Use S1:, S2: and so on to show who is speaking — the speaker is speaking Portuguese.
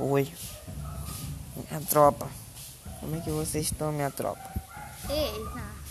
S1: Oi. Minha tropa. Como é que vocês estão, minha tropa?
S2: Ei, não.